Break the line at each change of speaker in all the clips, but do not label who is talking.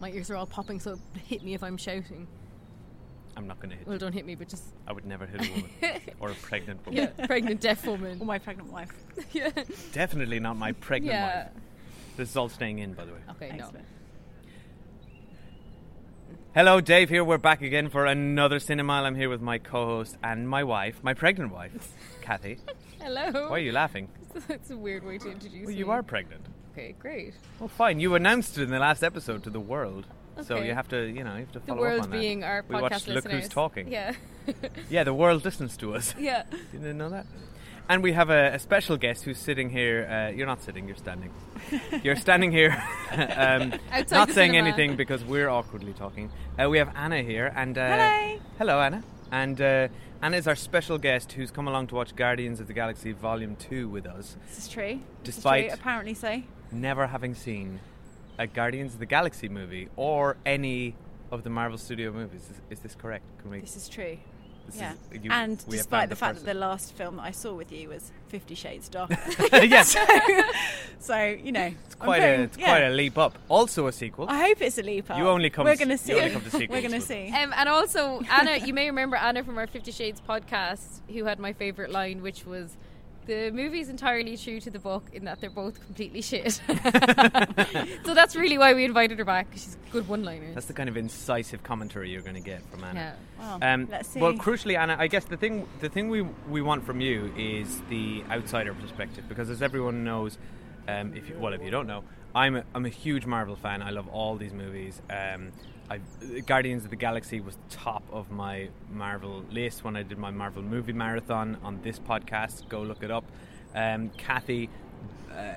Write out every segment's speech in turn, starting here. My ears are all popping, so hit me if I'm shouting.
I'm not going to hit
Well,
you.
don't hit me, but just
I would never hit a woman or a pregnant
yeah, Oh
woman.
pregnant deaf woman.
Or my pregnant wife.
yeah.
Definitely not my pregnant
yeah. Oh.
wife. This is all staying in, by the way.
Okay, no.
Excellent.
Hello, Dave here. We're back again for another Cinemile. I'm here with my co host and my wife, my pregnant wife, Kathy.
Hello.
Why are you laughing?
That's a weird way to introduce
Well,
me.
you are pregnant.
Okay, great.
Well, fine. You announced it in the last episode to the world. So
Okay.
you have to, you know, you have to
The
follow up
world
on that.
being our
we
podcast
watched
listeners.
Look Who's Talking.
Yeah.
Yeah, the world listens to us.
yeah.
Didn't you know that? And we have a, a special guest who's sitting here. Uh, you're not sitting, you're standing. You're standing here, um,
Outside
not
the
saying
cinema.
anything because we're awkwardly talking. Uh, we have Anna here, and uh,
Hello.
hello, Anna. And uh, Anna is our special guest who's come along to watch Guardians of the Galaxy Volume Two with us,
This is true. This is true,
Despite-
apparently so.
never having seen a Guardians of the Galaxy movie or any of the Marvel Studio movies. Is, is this correct? Can we?
This is true.
this
yeah.
is- uh, you-
and
we have
despite
found
the, fact that
person.
the last film that I saw with you was Fifty Shades Dark.
yes,
so, you know.
it's quite a it's quite a leap up. Also a sequel.
I hope it's a leap up.
You only come
We're
s-
going
you
to see.
only come to
We're
sequels,
going to
but-
see.
Um, and also, Anna, you may remember Anna from our Fifty Shades podcast, who had my favourite line, which was, "The movie's entirely true to the book in that they're both completely shit." so that's really why we invited her back. 'cause She's a good one-liner.
That's the kind of incisive commentary you're going to get from Anna.
yeah.
Well,
Um,
let's see.
Well, crucially, Anna, I guess the thing the thing we we want from you is the outsider perspective because, as everyone knows, um, if you, well, if you don't know, I'm a, I'm a huge Marvel fan. I love all these movies. Um, I, Guardians of the Galaxy was top of my Marvel list when I did my Marvel movie marathon on this podcast. Go look it up. Um, Kathy, uh,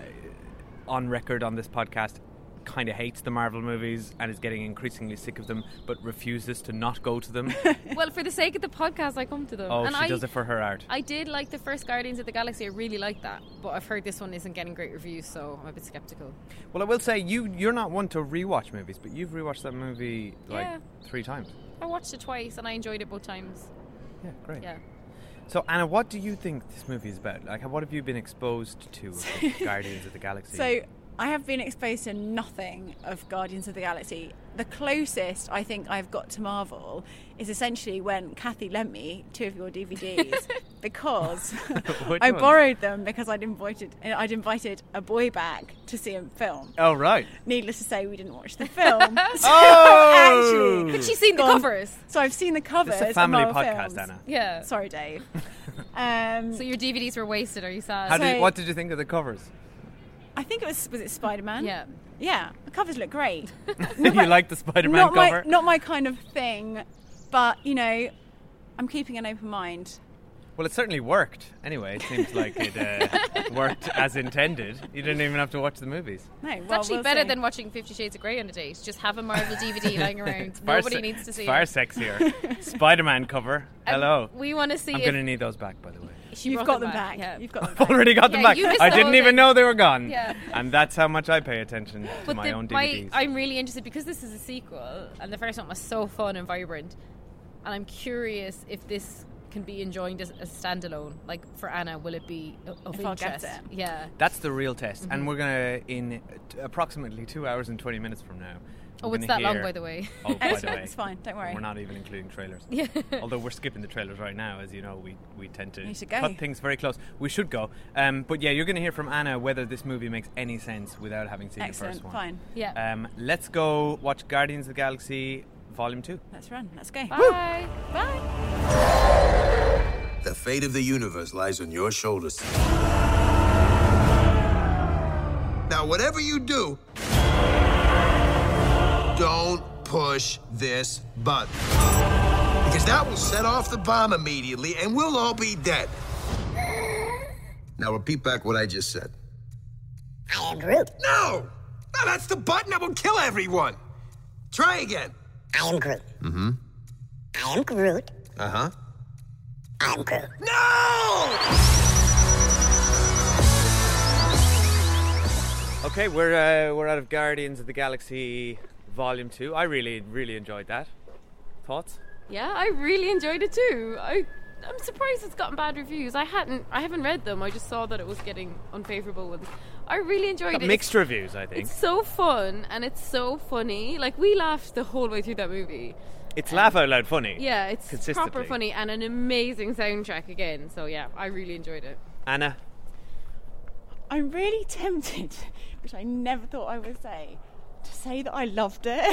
on record on this podcast, kind of hates the Marvel movies and is getting increasingly sick of them, but refuses to not go to them.
Well, for the sake of the podcast, I come to them.
Oh,
and
she
I,
does it for her art.
I did like the first Guardians of the Galaxy. I really liked that, but I've heard this one isn't getting great reviews, so I'm a bit skeptical.
Well, I will say you you're not one to rewatch movies, but you've rewatched that movie like
Yeah.
three times.
I watched it twice and I enjoyed it both times.
Yeah, great.
Yeah.
So, Anna, what do you think this movie is about? Like, what have you been exposed to with Guardians of the Galaxy?
So I have been exposed to nothing of Guardians of the Galaxy. The closest I think I've got to Marvel is essentially when Kathy lent me two of your DVDs because
Which
I
ones?
borrowed them because I'd invited uh, I'd invited a boy back to see a film.
oh right.
Needless to say, we didn't watch the film. So
Oh!
actually,
But
She's seen the
gone-
covers.
So I've seen the covers.
It's a
of
family
Marvel
podcast,
films.
Anna.
Yeah.
Sorry, Dave. Um,
So your DVDs were wasted. Are you sad?
How did,
So-
what did you think of the covers?
I think it was was it Spider Man?
Yeah.
Yeah. The covers look great.
you like the Spider-Man
not
cover?
My, not my kind of thing, but you know, I'm keeping an open mind.
Well, it certainly worked. Anyway, it seems like it uh, worked as intended. You didn't even have to watch the movies.
No,
It's actually better than watching Fifty Shades of Grey on a date. Just have a Marvel DVD lying around.
Far
Nobody
se-
needs to see
Far
it.
sexier. Spider-Man cover.
And
Hello.
we want to see
I'm
if
going to need those back, by the way.
she
You've
brought
got them back.
Yeah.
You've got them
I've
back.
already got them
Yeah,
back.
you missed
I
the
didn't
whole
even
thing.
know they were gone.
Yeah.
And that's how much I pay attention to
But
my
the-
own
my-
DVDs.
I'm really interested because this is a sequel, and the first one was so fun and vibrant. And I'm curious if this can be enjoyed as a standalone. Like for Anna, will it be o- of
If I'll get
interest?
it.
Yeah.
that's the real test.
Mm-hmm.
And we're going to, in t- approximately two hours and 20 minutes from now.
Oh,
we're
it's
gonna
that long,
hear-
by the way.
Oh, by the way.
It's fine, don't worry.
We're not even including trailers.
Yeah.
Although we're skipping the trailers right now, as you know, we, we tend to
You should go.
cut things very close. We should go. Um, but yeah, you're going to hear from Anna whether this movie makes any sense without having seen the
Excellent.
first one.
Fine.
Yeah.
Um, let's go watch Guardians of the Galaxy Volume 2.
Let's run. Let's go.
Bye.
Bye.
The fate of the universe lies on your shoulders. Now, whatever you do, don't push this button. Because that will set off the bomb immediately and we'll all be dead. Now, repeat back what I just said. I am Groot. No! No, that's the button that will kill everyone. Try again.
I am Groot. Mm-hmm. I am Groot.
Uh huh.
I am Groot.
No!
Okay, we're uh, we're out of Guardians of the Galaxy Volume Two. I really really enjoyed that. Thoughts?
Yeah, I really enjoyed it too. I I'm surprised it's gotten bad reviews. I hadn't I haven't read them. I just saw that it was getting unfavorable ones. I really enjoyed
Got
it.
mixed reviews, I think.
It's
It's,
so fun and it's so funny. Like we laughed the whole way through that movie.
laugh out loud funny.
Yeah, it's proper
Consistently.
funny and an amazing soundtrack again. So yeah, I really enjoyed it.
Anna,
I'm really tempted, which I never thought I would say, to say that I loved it.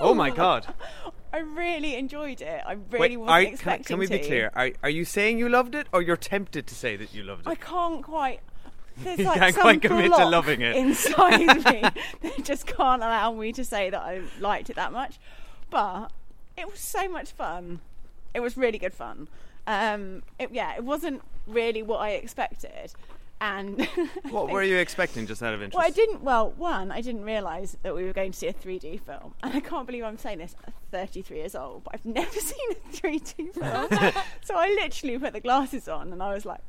oh my god.
I really enjoyed it. I really wasn't
are- can- can,
expecting
we be
to.
clear? Are, are you saying you loved it, or you're tempted to say that you loved
I
it?
can't quite. There's
You
like
can't
some
quite commit to
block
loving it.
inside me that just can't allow me to say that I liked it that much. But it was so much fun. It was really good fun. Um, it, yeah, it wasn't really what I expected, and I
What
think-
were you expecting, just out of interest?
Well, I didn't. Well, one, I didn't realise that we were going to see a 3D film, and I can't believe I'm saying this. I'm 33 years old, but I've never seen a 3D film. so I literally put the glasses on, and I was like,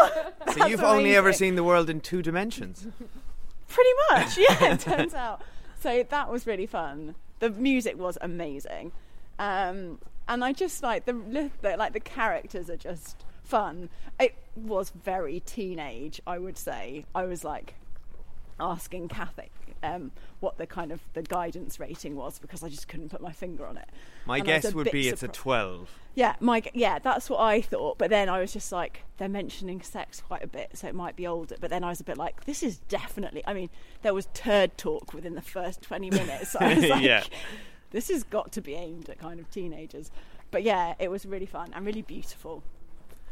"Wow!"
So
that's
you've only ever
amazing."
seen the world in two dimensions.
Pretty much, yeah. It turns out. So that was really fun. The music was amazing, um, and I just like the, li- the like the characters are just fun. It was very teenage, I would say. I was like asking Kathy um, what the kind of the guidance rating was because I just couldn't put my finger on it.
My
And I was
guess
a
would
bit
be it's a
surpri-
twelve.
yeah, my g- yeah, that's what I thought. But then I was just like, they're mentioning sex quite a bit, so it might be older. But then I was a bit like, this is definitely. I mean, there was turd talk within the first twenty minutes. So I was like,
Yeah.
this has got to be aimed at kind of teenagers. But yeah, it was really fun and really beautiful.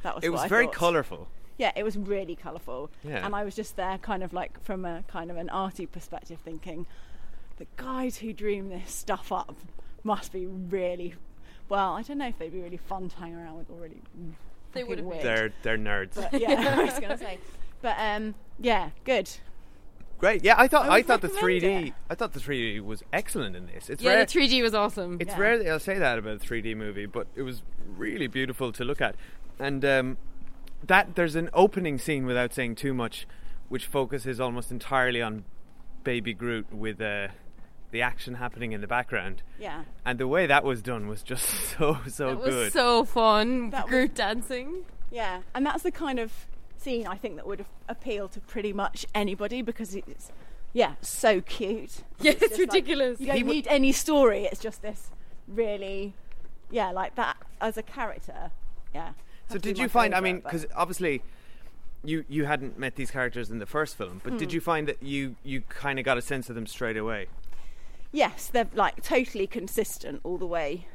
That was.
It
what
was
I
very
thought.
colourful.
Yeah, it was really colourful.
Yeah.
And I was just there, kind of like from a kind of an arty perspective, thinking the guys who dream this stuff up must be really. Well, I don't know if they'd be really fun to hang around with or really.
They would have
weird.
They're they're nerds.
Yeah, I was going to say. But um, yeah, good.
Great. Yeah, I thought
I
I,
would
thought the three
recommend
D.
it.
I thought the three D was excellent in this. It's
Yeah,
rare.
the 3D was awesome.
it's
Yeah.
rare that I'll say that about a three D movie, but it was really beautiful to look at. And um, that there's an opening scene without saying too much, which focuses almost entirely on Baby Groot with uh, the action happening in the background.
Yeah.
And the way that was done was just so so
it was
good.
so fun.
That was-
Group dancing.
Yeah, and that's the kind of scene I think that would appeal to pretty much anybody because it's, yeah, so cute.
Yeah, it's,
just like-
ridiculous.
You don't
He w-
need any story. It's just this really, yeah, like that as a character. Yeah.
So
Has to
did
be
you
my
find? I
favourite,
mean,
but-
because obviously, you you hadn't met these characters in the first film, but
Hmm.
did you find that you you kind of got a sense of them straight away?
yes, they're like totally consistent all the way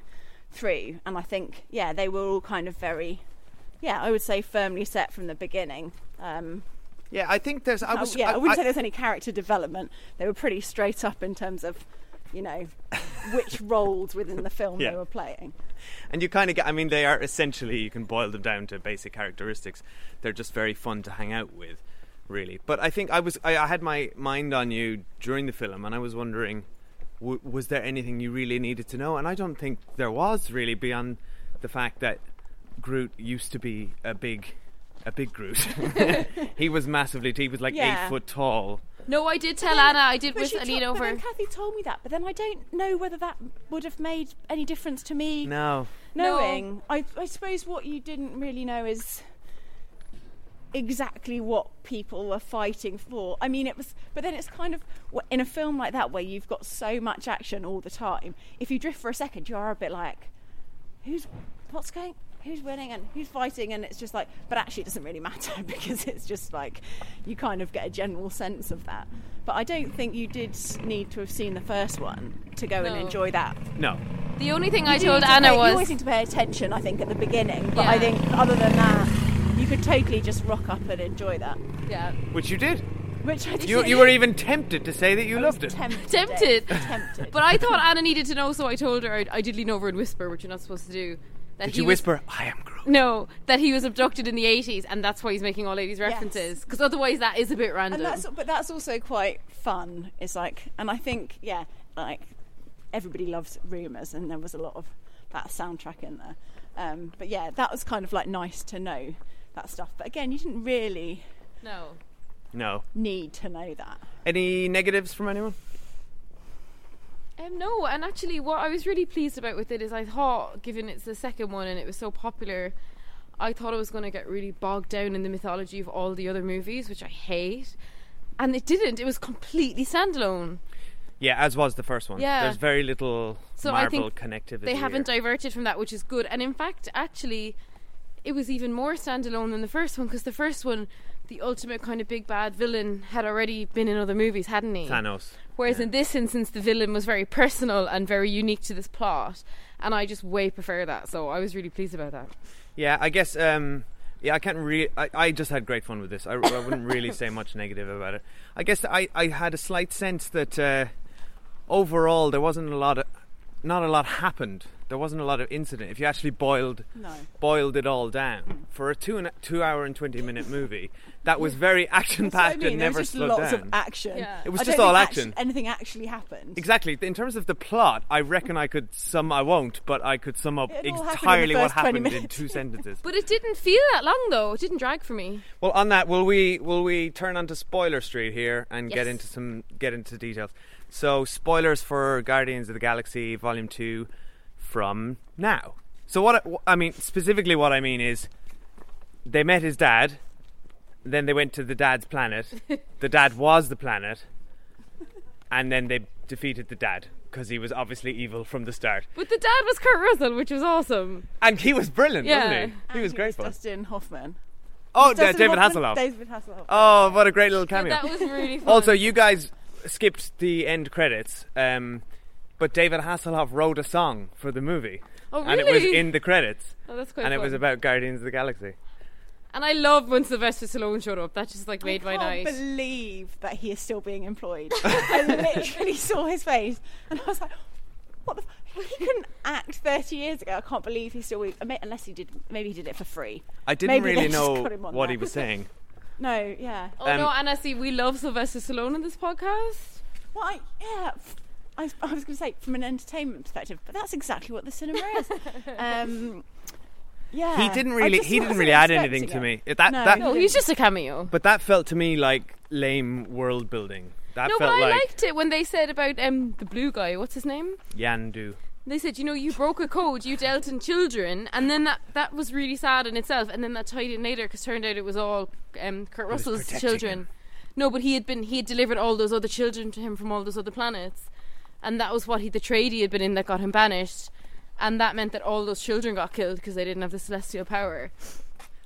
through, and I think yeah, they were all kind of very, yeah, I would say firmly set from the beginning. Um,
Yeah, I think there's. I
I-
was.
yeah, I,
I,
wouldn't
I-
say there's any character development. They were pretty straight up in terms of, you know, which roles within the film
Yeah.
they were playing.
and you kind of get. I mean, they are essentially you can boil them down to basic characteristics. They're just very fun to hang out with, really. But I think I was. I, I had my mind on you during the film, and I was wondering, w- was there anything you really needed to know? And I don't think there was really beyond the fact that Groot used to be a big. A big Groot. he was massively. He was like
Yeah.
eight foot tall.
No, I did tell Anna. I did
But
wish
she
I lean
told- But
over.
then Kathy told me that, but then I don't know whether that would have made any difference to me
No,
knowing. I, I suppose what you didn't really know is exactly what people were fighting for. I mean, it was, but then it's kind of wh- in a film like that where you've got so much action all the time. If you drift for a second, you are a bit like, who's what's going who's winning and who's fighting and it's just like but actually it doesn't really matter because it's just like you kind of get a general sense of that but i don't think you did s- need to have seen the first one to go and
No.
enjoy that
no.
The only thing I
you
told
need to
Anna
pay- you
was
always need to pay attention i think at the beginning but i
Yeah.
think other than that you could totally just rock up and enjoy that
yeah,
Which you did.
which i did
You, you were even tempted to say that you loved it.
tempted
Tempted.
tempted
but I thought Anna needed to know, so I told her I, I did lean over and whisper, which you're not supposed to do. that
Did
he
you
was-
whisper, I am Groot?
No, that he was abducted in the 80s and that's why he's making all 80s references. Because otherwise, that is a bit random.
and that's but that's also quite fun. It's like, and I think yeah, like everybody loves rumours, and there was a lot of that soundtrack in there. Um, but yeah, that was kind of like nice to know that stuff. But again, you didn't really
no.
No.
need to know that.
Any negatives from anyone?
Um, no, and actually, what I was really pleased about with it is I thought, given it's the second one and it was so popular, I thought I was going to get really bogged down in the mythology of all the other movies, which I hate. And it didn't. It was completely standalone.
Yeah, as was the first one.
Yeah.
There's very little
So I
Marvel
think
connectivity.
They haven't
here.
diverted from that, which is good. And in fact, actually, it was even more standalone than the first one because the first one, the ultimate kind of big bad villain, had already been in other movies, hadn't he?
Thanos.
Whereas in this instance, the villain was very personal and very unique to this plot, and I just way prefer that. So I was really pleased about that.
Yeah, I guess. Um, yeah, I can't really. I, I just had great fun with this. I, I wouldn't really say much negative about it. I guess I, I had a slight sense that uh, overall there wasn't a lot of, not a lot happened. There wasn't a lot of incident. If you actually boiled
No. Hmm.
boiled it all down for a two and two hour and twenty minute movie, that was very action packed
That's what I mean,
and
there was
never
just
slowed
lots
down.
of action.
Yeah.
It was
I
just
don't
all
think
action.
actu- anything actually happened.
Exactly. In terms of the plot, I reckon I could sum. I won't, but I could sum up
It all happened in the
entirely what
first 20
happened in
minutes.
two sentences.
But it didn't feel that long, though. It didn't drag for me.
Well, on that, will we will we turn onto spoiler street here and get
Yes.
into some get into details? So, spoilers for Guardians of the Galaxy Volume Two from now. So, what I, I mean specifically, what I mean is, they met his dad, then they went to the dad's planet. the dad was the planet, and then they defeated the dad because he was obviously evil from the start,
But the dad was Kurt Russell, which was awesome.
and he was brilliant,
Yeah.
wasn't he? He was great fun.
Dustin Hoffman.
Oh, da-
Dustin
David
Hoffman?
Hasselhoff.
David Hasselhoff.
Oh, what a great little
But
cameo!
that was really fun.
Also, you guys skipped the end credits, um, but David Hasselhoff wrote a song for the movie,
Oh,
and it was
really?
in the credits,
oh, that's quite
and it
fun.
was about Guardians of the Galaxy.
And I love when Sylvester Stallone showed up. That just like
I
made my
can't
night.
believe that he is still being employed. I literally saw his face, and I was like, "What the? F-? He couldn't act 30 years ago. I can't believe he's still I mean, unless he did. Maybe he did it for free.
I didn't
Maybe they
really
just
know
got him on
what
that.
he was saying.
No, yeah.
oh
um,
no, Anna, see, we love Sylvester Stallone in this podcast.
Well, I, yeah. f- I, I was going to say from an entertainment perspective, but that's exactly what the cinema is. um, yeah.
He didn't
I
really,
just
he didn't
wasn't
really add
expecting
anything to
it.
me. It- That,
No.
that,
No, Oh, he's just a cameo.
but that felt to me like lame world building. That
no, but
felt
I
like
liked it when they said about um the blue guy. What's his name?
Yandu.
They said, you know, you broke a code, you dealt in children, and then that that was really sad in itself, and then that tied in later because turned out it was all um, Kurt Russell's
protecting
children.
him.
No, but he had been he had delivered all those other children to him from all those other planets, and that was what he the trade he had been in that got him banished, and that meant that all those children got killed because they didn't have the celestial power.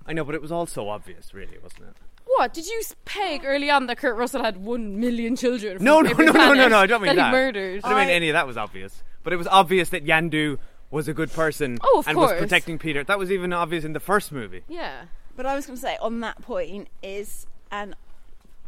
I know, but it was all so obvious, really, wasn't it?
What did you s- peg early on that Kurt Russell had one million children? From
No, no,
every
no, no, no,
planet
no. I don't mean
that.
that.
He murdered.
I don't mean any of that was obvious. But it was obvious that Yandu was a good person
Oh, of
and was
course.
protecting Peter. That was even obvious in the first movie.
yeah.
But I was going to say on that point is, and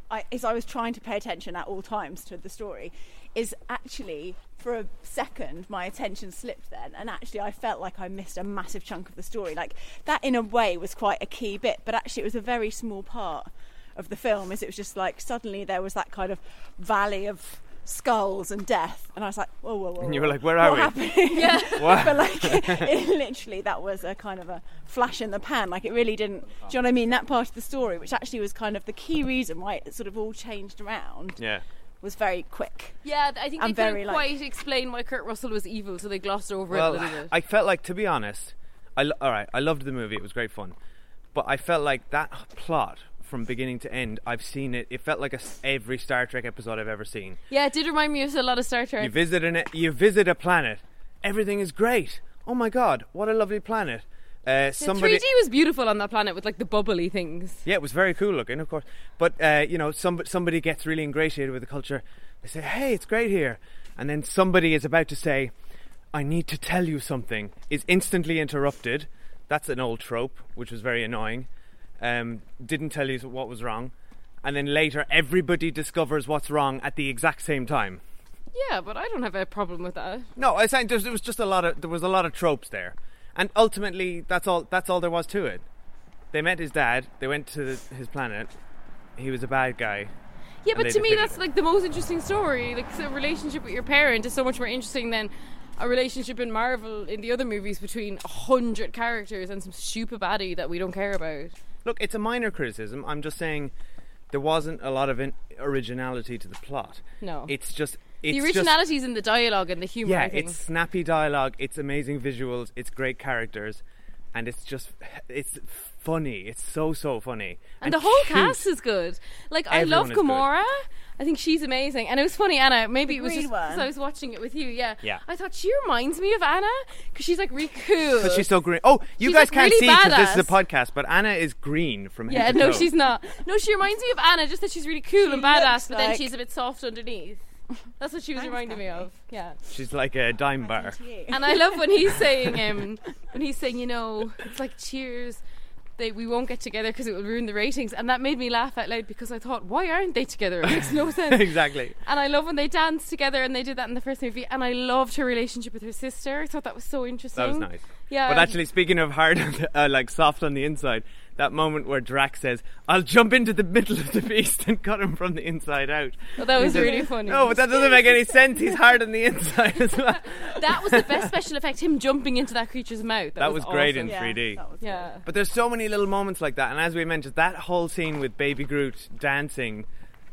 I, is I was trying to pay attention at all times to the story, is actually for a second my attention slipped then, and actually I felt like I missed a massive chunk of the story. Like that in a way was quite a key bit, but actually it was a very small part of the film. Is it was just like suddenly there was that kind of valley of skulls and death, and I was like, whoa, whoa, whoa.
And you were
whoa,
like, where are
what
we?
Happened? Yeah.
Wow.
but like it literally that was a kind of a flash in the pan like it really didn't do you know what i mean that part of the story which actually was kind of the key reason why it sort of all changed around
Yeah.
was very quick
Yeah, th- I think
And
they
very,
couldn't
like-
quite explain why Kurt Russell was evil, so they glossed over it a little
Well,
bit.
I felt like, to be honest, I lo- all right, I loved the movie. It was great fun. But I felt like that plot from beginning to end, I've seen it. It felt like a s every Star Trek episode I've ever seen.
yeah, it did remind me of a lot of Star Trek.
You visit an e, you visit a planet. Everything is great. Oh my god, what a lovely planet. Uh,
The
somebody
3D was beautiful on that planet with like the bubbly things.
Yeah, it was very cool looking, of course. But uh, you know, some, somebody gets really ingratiated with the culture. They say, "Hey, it's great here," and then somebody is about to say, "I need to tell you something." Is instantly interrupted. That's an old trope, which was very annoying. Um, didn't tell you what was wrong, and then later everybody discovers what's wrong at the exact same time.
Yeah, but I don't have a problem with that.
No, I think there's- there was just a lot of there was a lot of tropes there, And ultimately, that's all. That's all there was to it. They met his dad. They went to his planet. He was a bad guy.
Yeah, but
they
to me,
defeated
that's
it.
like the most interesting story. Like so a relationship with your parent is so much more interesting than a relationship in Marvel in the other movies between a hundred characters and some stupid baddie that we don't care about.
Look, it's a minor criticism. I'm just saying there wasn't a lot of in- originality to the plot.
No.
It's just it's
The
just-
originality is in the dialogue and the humor.
yeah,
I think.
it's snappy dialogue. It's amazing visuals. It's great characters, and it's just it's funny. It's so so funny.
and the whole
cute.
cast is good. Like I love
Everyone is good.
Gamora. I think she's amazing, and it was funny, Anna. Maybe it was
green
just
one.
because I was watching it with you. Yeah,
Yeah.
I thought she reminds me of Anna because she's like really cool.
But she's so green. Oh, you
She's,
guys
like,
can't
really
see because this is a
badass.
podcast. But Anna is green from head
yeah,
to
no,
toe.
she's not. No, she reminds me of Anna, just that she's really cool and badass,
looks
but then
like-
she's a bit soft underneath. That's what she was reminding me of. Yeah.
She's like a dime bar.
And I love when he's saying, um, when he's saying, you know, it's like Cheers. They, we won't get together because it will ruin the ratings, and that made me laugh out loud because I thought, why aren't they together? It makes no sense.
exactly.
And I love when they dance together, and they did that in the first movie. And I loved her relationship with her sister. I thought that was so interesting.
That was nice.
Yeah.
But actually, speaking of hard, on the- uh, like soft on the inside, that moment where Drax says, "I'll jump into the middle of the beast and cut him from the inside out."
Well, that was
He says,
really funny.
No, but that doesn't make any sense. He's hard on the inside as well.
that was the best special effect. Him jumping into that creature's mouth. That,
That was great
awesome.
in 3D.
Yeah.
But there's so many little moments like that, and as we mentioned, that whole scene with Baby Groot dancing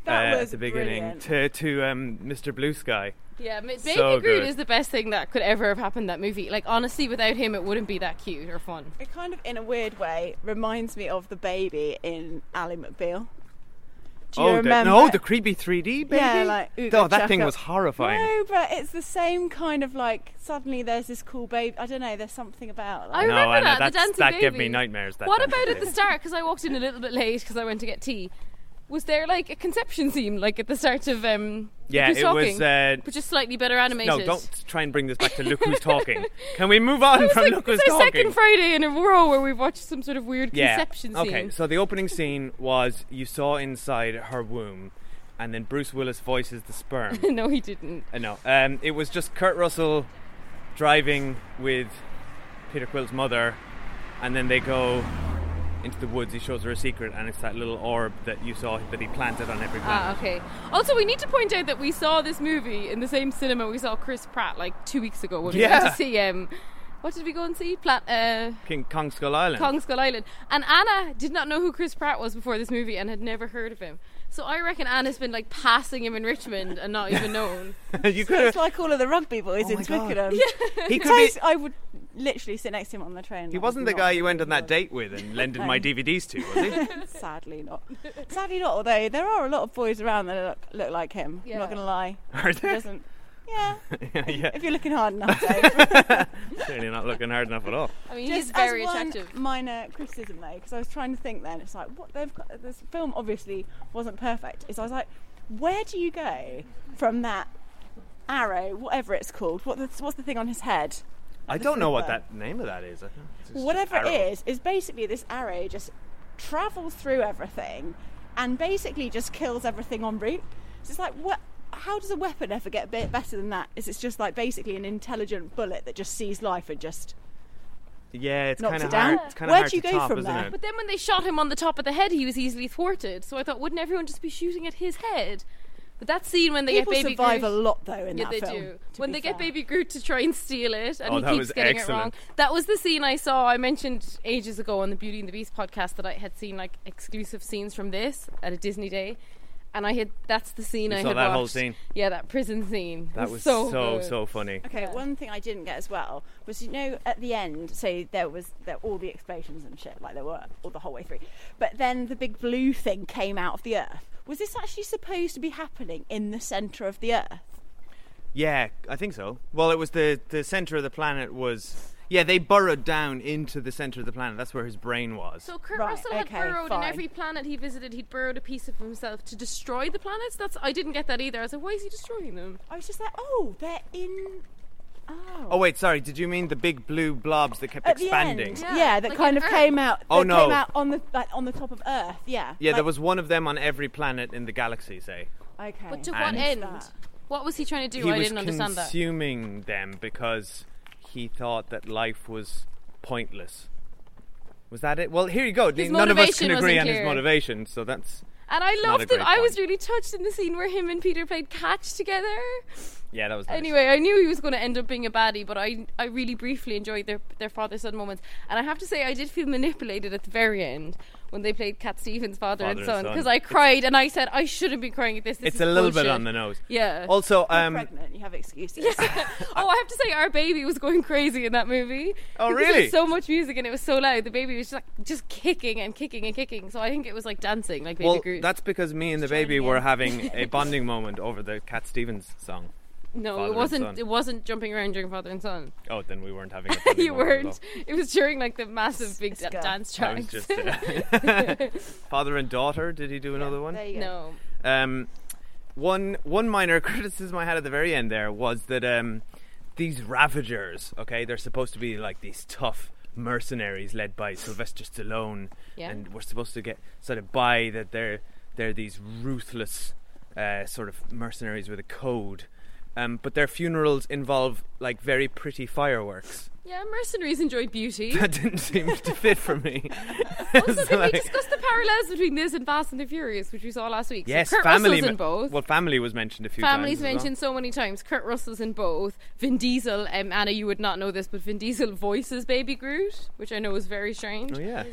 That
uh, at
was
the beginning
brilliant.
to to um, Mr. Blue Sky.
Yeah, Ma- Baby
So
Groot
good.
is the best thing that could ever have happened in that movie. Like honestly, without him, it wouldn't be that cute or fun.
It kind of, in a weird way, reminds me of the baby in Ally McBeal. Do you
oh, the,
remember?
no, the creepy 3D baby.
Yeah, like, ooga
oh, that thing
chaka.
was horrifying.
No, but it's the same kind of like suddenly there's this cool baby. I don't know. There's something about.
I
Like,
remember
Anna,
that. The
that's-
dancing
that
baby.
gave me nightmares, that
what
dancing
about at the
baby.
start? Because I walked in a little bit late because I went to get tea. Was there like a conception scene like at the start of um?
Yeah,
Who's
it
talking,
was, uh,
but just slightly better animated.
No, don't try and bring this back to Look Who's Talking. Can we move on
It was
from
like,
Look Who's
it's our
Talking?
second Friday in a row where we've watched some sort of weird
yeah.
conception scene.
Okay, so the opening scene was you saw inside her womb, and then Bruce Willis voices the sperm.
no, he didn't.
Uh, no, um, it was just Kurt Russell driving with Peter Quill's mother, and then they go into the woods. He shows her a secret, and it's that little orb that you saw that he planted on every
Ah,
planet.
okay. Also, we need to point out that we saw this movie in the same cinema we saw Chris Pratt like two weeks ago when we
Yeah.
went to see um, what did we go and see? Plat- uh,
King Kong Skull Island.
Kong Skull Island. And Anna did not know who Chris Pratt was before this movie and had never heard of him. So I reckon Anna's been like passing him in Richmond and not even known.
you could have.
it's like all of the rugby boys
Oh
in Twickenham.
He could be.
Sometimes I would literally sit next to him on the train.
He wasn't the guy you went on that date with and lended my DVDs to, was he?
Sadly not. Sadly not. Although there are a lot of boys around that look, look like him. I'm
Yeah.
not gonna lie.
Are
He
there?
doesn't. Yeah,
yeah,
if you're looking hard enough. Dave.
clearly not looking hard enough at all.
I mean,
Just
he's very
as one
attractive.
minor criticism though, because I was trying to think then. It's like what they've got. This film obviously wasn't perfect. Is I was like, where do you go from that arrow, whatever it's called? What the, what's the thing on his head?
I don't know what
slipper.
that name of that is. I think it's just
whatever
arrow.
it is, is basically this arrow just travels through everything and basically just kills everything en route. So it's like, what? How does a weapon ever get bit better than that? Is it's just like basically an intelligent bullet that just sees life and just
Yeah, it's
Knocks
kind of
it down.
hard. It's kind of
Where'd
hard
you
to
go
top,
from
isn't
there?
it?
But then when they shot him on the top of the head, he was easily thwarted. So I thought, wouldn't everyone just be shooting at his head? But that scene when they
people
get baby
survive
Groot,
a lot though in
Yeah,
that
they
film.
do.
to
When
be
they get
fair.
Baby Groot to try and steal it, and
Oh,
he
that was
keeps getting it wrong.
excellent.
That was the scene I saw. I mentioned ages ago on the Beauty and the Beast podcast that I had seen like exclusive scenes from this at a Disney day, and I had that's the scene
You
I
saw
had
that
watched.
whole scene?
Yeah, that prison scene.
That was
so
so so,
good.
funny.
Okay, one thing I didn't get as well was you know at the end, so there was there, all the explosions and shit, like there were all the whole way through. But then the big blue thing came out of the earth. Was this actually supposed to be happening in the centre of the earth?
Yeah, I think so. Well, it was the the center of the planet was. Yeah, they burrowed down into the center of the planet. That's where his brain was.
So Kurt
Right,
Russell had
okay,
burrowed
fine.
in every planet he visited. He'd burrowed a piece of himself to destroy the planets. That's I didn't get that either. I was like, why is he destroying them?
I was just like, oh, they're in.
oh wait, sorry. Did you mean the big blue blobs that kept
At
expanding?
the end,
Yeah,
yeah, that
like
kind
an
of
Earth.
came out.
Oh,
that
no.
came out on the like, on the top of Earth. Yeah,
Yeah, there
Like-
was one of them on every planet in the galaxy. Say
Okay,
But to
And-
what end?
That.
What was he trying to do?
he
I
was
didn't understand that.
consuming them because he thought that life was pointless. Was that it? Well, here you go.
His
None of us can
motivation
agree
wasn't
on his
clear.
motivation, so that's
And I
Not a
loved
great
that. I was
point.
really touched in the scene where him and Peter played catch together.
yeah, that was nice.
Anyway, I knew he was going to end up being a baddie, but I I really briefly enjoyed their their father son moments. And I have to say, I did feel manipulated at the very end when they played Cat Stevens' father,
Father
and
and
son
son.
because I cried and I said I shouldn't be crying at this. this
It's
is
a little bit
bullshit."
on the nose.
Yeah.
Also,
You're
um,
pregnant. You have excuses.
oh, I have to say, our baby was going crazy in that movie. Because
Oh,
there
really?
was so much music and it was so loud. The baby was just like just kicking and kicking and kicking. So I think it was like dancing, like baby
well,
Groot.
that's because me and the baby
joining
were
in.
having a bonding moment over the Cat Stevens song.
no,
father
it
and
wasn't.
son.
It wasn't jumping around during father and son.
Oh, then we weren't having. A bonding
you
moment at
weren't. It was during like the massive big da-
Ska.
dance
all. I was
tracks.
just uh, father and daughter. Did he do another one?
There you go.
no.
Um, one one minor criticism I had at the very end there was that um, these Ravagers, okay, they're supposed to be like these tough mercenaries led by Sylvester Stallone,
Yeah.
and we're supposed to get sort of buy that they're they're these ruthless uh, sort of mercenaries with a code. Um, but their funerals involve like very pretty fireworks.
Yeah, mercenaries enjoy beauty.
That didn't seem to fit for me.
also,
It's
did
like-
we discuss the parallels between this and Fast and the Furious, which we saw last week? So
yes,
Kurt
family.
Russell's
ma-
in both.
Well, family was mentioned a few
Families
times. as well.
mentioned so many times. Kurt Russell's in both. Vin Diesel, um, Anna, you would not know this, but Vin Diesel voices Baby Groot, which I know is very strange.
Oh yeah.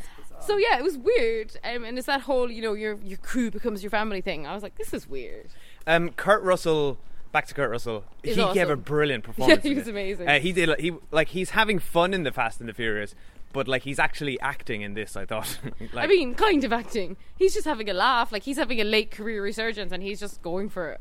So yeah, it was weird. Um, and it's that whole, you know, your your crew becomes your family thing. I was like, this is weird.
Um, Kurt Russell. Back to Kurt Russell.
Is
he gave
awesome.
a brilliant performance.
he
in
was
it.
amazing.
Uh, he did. Like, he like he's having fun in the Fast and the Furious, but like he's actually acting in this. I thought. like,
I mean, kind of acting. He's just having a laugh. Like he's having a late career resurgence, and he's just going for it.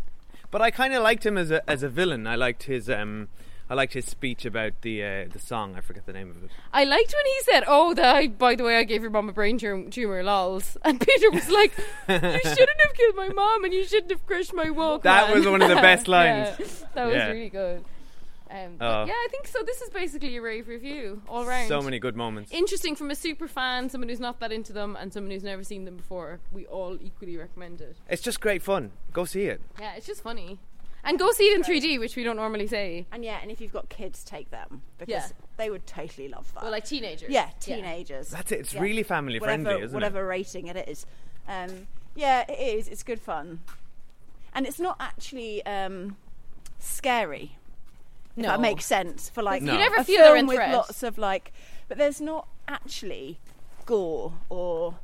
but I kind of liked him as a as a villain. I liked his um, I liked his speech about the uh, the song. I forget the name of it.
I liked when he said, "Oh, that by the way, I gave your mom a brain tum- tumor." Lols. And Peter was like, "You shouldn't have killed my mom, and you shouldn't have crushed my walk."
That was one of the best lines.
that was
Yeah.
really good. Um, but
Oh.
yeah, I think so. This is basically a rave review all round.
So many good moments.
interesting from a super fan, someone who's not that into them, and someone who's never seen them before. We all equally recommend it.
It's just great fun. Go see it.
Yeah, it's just funny. And go see it in 3D, which we don't normally say.
And yeah, and if you've got kids, take them because
Yeah.
they would totally love that.
Well, like teenagers.
yeah, teenagers.
That's it. It's really family friendly, isn't
whatever
it?
rating it is. Um, yeah, it is. It's good fun, and it's not actually um, scary. If
No.
that makes sense for like
You
a
never feel they're in
film with
threat.
lots of like, but there's not actually gore or.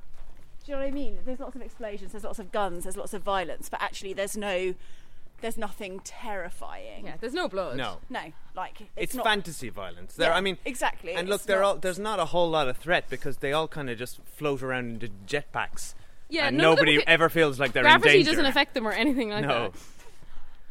Do you know what I mean? There's lots of explosions. There's lots of guns. There's lots of violence, but actually, there's no, there's nothing terrifying.
Yeah, there's no blood.
No.
No, like
It's,
it's, not
fantasy violence. There,
Yeah,
I mean,
exactly.
And look,
It's
they're
not-
all, there's not a whole lot of threat because they all kind of just float around in jetpacks.
Yeah,
and
none of them
nobody
ca-
ever feels like they're in
Gravity
danger.
doesn't affect them or anything like
No,
that.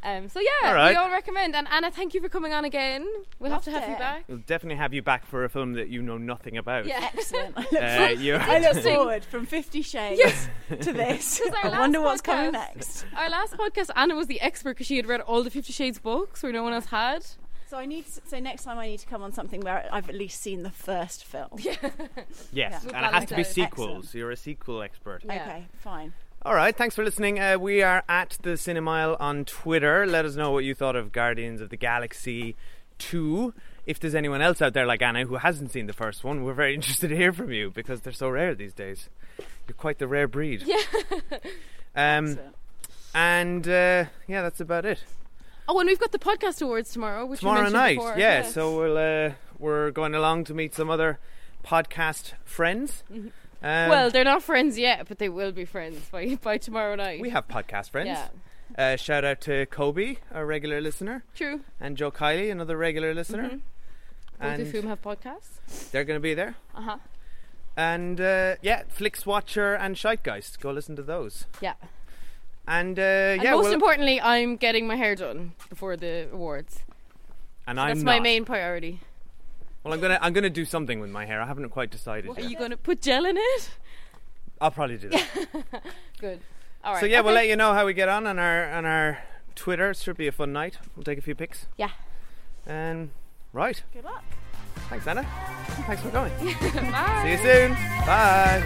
Um, so yeah,
All right.
we all recommend. And Anna, thank you for coming on again. We'll have to
Loved
have you
it.
back.
we'll definitely have you back for a film that you know nothing about.
Yeah.
excellent.
Uh, you
I look forward from Fifty Shades to this.
our
I
last
wonder what's coming
podcast-
next.
Our last podcast, Anna was the expert because she had read all the Fifty Shades books where no one else had.
So I need. So next time I need to come on something where I've at least seen the first film.
yes, and it
balance
has to be
out.
sequels.
Excellent.
You're a sequel expert.
Yeah.
Okay, fine.
All right, thanks for listening. Uh, we are at the Cinemile on Twitter. Let us know what you thought of Guardians of the Galaxy 2. If there's anyone else out there like Anna who hasn't seen the first one, we're very interested to hear from you because they're so rare these days. You're quite the rare breed. Yeah. um,
Excellent.
and uh, yeah, that's about it.
Oh, and we've got the podcast awards tomorrow, which we
Tomorrow
mentioned
night,
before.
yeah. So we'll uh, we're going along to meet some other podcast friends. Um,
Mm-hmm. well, they're not friends yet, but they will be friends by by tomorrow night.
we have podcast friends.
Yeah.
Uh, shout out to Kobe, our regular listener.
True.
and Joe Kiley, another regular listener.
Both of whom
And
have podcasts.
they're going to be there.
Uh huh.
And uh, yeah, Flix Watcher and Shitegeist. Go listen to those.
Yeah.
And, uh, yeah,
and most
well-
importantly, I'm getting my hair done before the awards.
and
That's
I'm
my
not.
main priority.
Well, I'm gonna I'm gonna do something with my hair. I haven't quite decided.
Are
yet.
you going to put gel in it?
I'll probably do that.
Good. All right.
so yeah, we'll
okay.
let you know how we get on on our on our Twitter. It should be a fun night. We'll take a few pics.
Yeah.
And right,
Good luck.
thanks Anna. Thanks for coming.
Bye.
See you soon. Bye.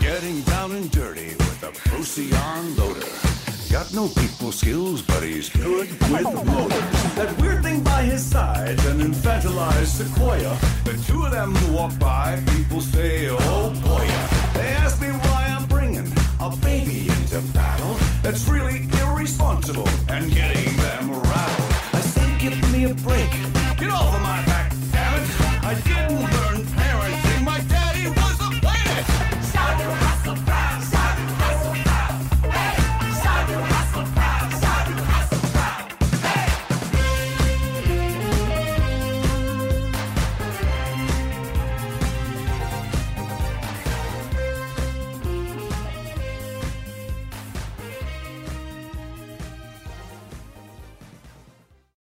Getting down and dirty with a Procyon loader. Got no people skills, but he's good with motors. That weird thing by by his side, an infantilized sequoia. The two of them walk by, people say, oh boy. They ask me why I'm bringing a baby into battle. That's really irresponsible and getting